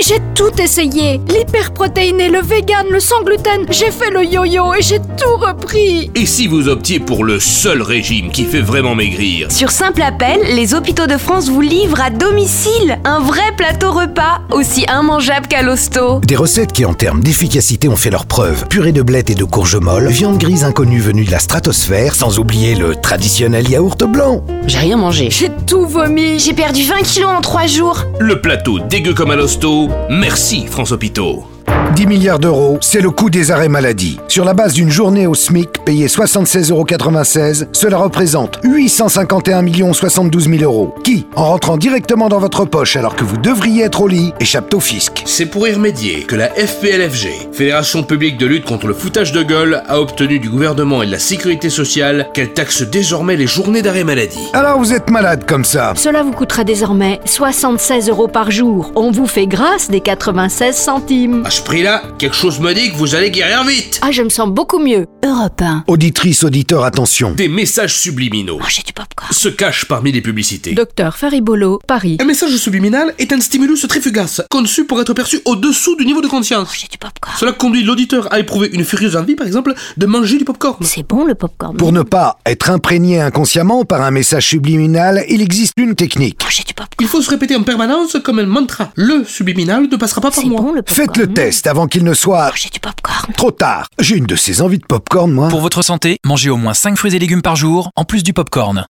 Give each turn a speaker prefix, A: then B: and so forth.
A: J'ai tout essayé. L'hyperprotéiné, le vegan, le sans gluten. J'ai fait le yo-yo et j'ai tout repris.
B: Et si vous optiez pour le seul régime qui fait vraiment maigrir
C: Sur simple appel, les hôpitaux de France vous livrent à domicile un vrai plateau repas, aussi immangeable qu'à l'hosto.
D: Des recettes qui, en termes d'efficacité, ont fait leur preuve. Purée de blettes et de courges molles, viande grise inconnue venue de la stratosphère, sans oublier le traditionnel yaourt blanc.
E: J'ai rien mangé.
A: J'ai tout vomi.
C: J'ai perdu 20 kilos en 3 jours.
B: Le plateau dégueu comme à l'hosto Merci France Hôpitaux
D: 10 milliards d'euros, c'est le coût des arrêts maladie. Sur la base d'une journée au SMIC payée 76,96 euros, cela représente 851 72 000 euros, qui, en rentrant directement dans votre poche alors que vous devriez être au lit, échappent au fisc.
B: C'est pour y remédier que la FPLFG, Fédération publique de lutte contre le foutage de gueule, a obtenu du gouvernement et de la sécurité sociale qu'elle taxe désormais les journées d'arrêt maladie.
D: Alors vous êtes malade comme ça
A: Cela vous coûtera désormais 76 euros par jour. On vous fait grâce des 96 centimes.
B: À ce prix-là, quelque chose me dit que vous allez guérir vite
A: Ah, je me sens beaucoup mieux.
C: Europe 1.
D: Auditrice, auditeur, attention.
B: Des messages subliminaux
C: Mangez du popcorn.
B: se cachent parmi les publicités.
A: Docteur Faribolo, Paris.
B: Un message subliminal est un stimulus très fugace, conçu pour être perçu au-dessous du niveau de conscience.
C: Mangez du popcorn.
B: Cela conduit l'auditeur à éprouver une furieuse envie, par exemple, de manger du popcorn.
C: C'est bon le popcorn.
D: Pour ne pas être imprégné inconsciemment par un message subliminal, il existe une technique.
C: Mangez du
B: Il
C: popcorn.
B: faut se répéter en permanence comme un mantra. Le subliminal ne passera pas par
C: C'est
B: moi.
C: bon le popcorn.
D: Faites
A: Ah.
D: le test avant qu'il ne soit
C: Mangez du popcorn.
D: trop tard. J'ai une de ces envies de popcorn, moi.
F: Pour votre santé, mangez au moins 5 fruits et légumes par jour, en plus du popcorn.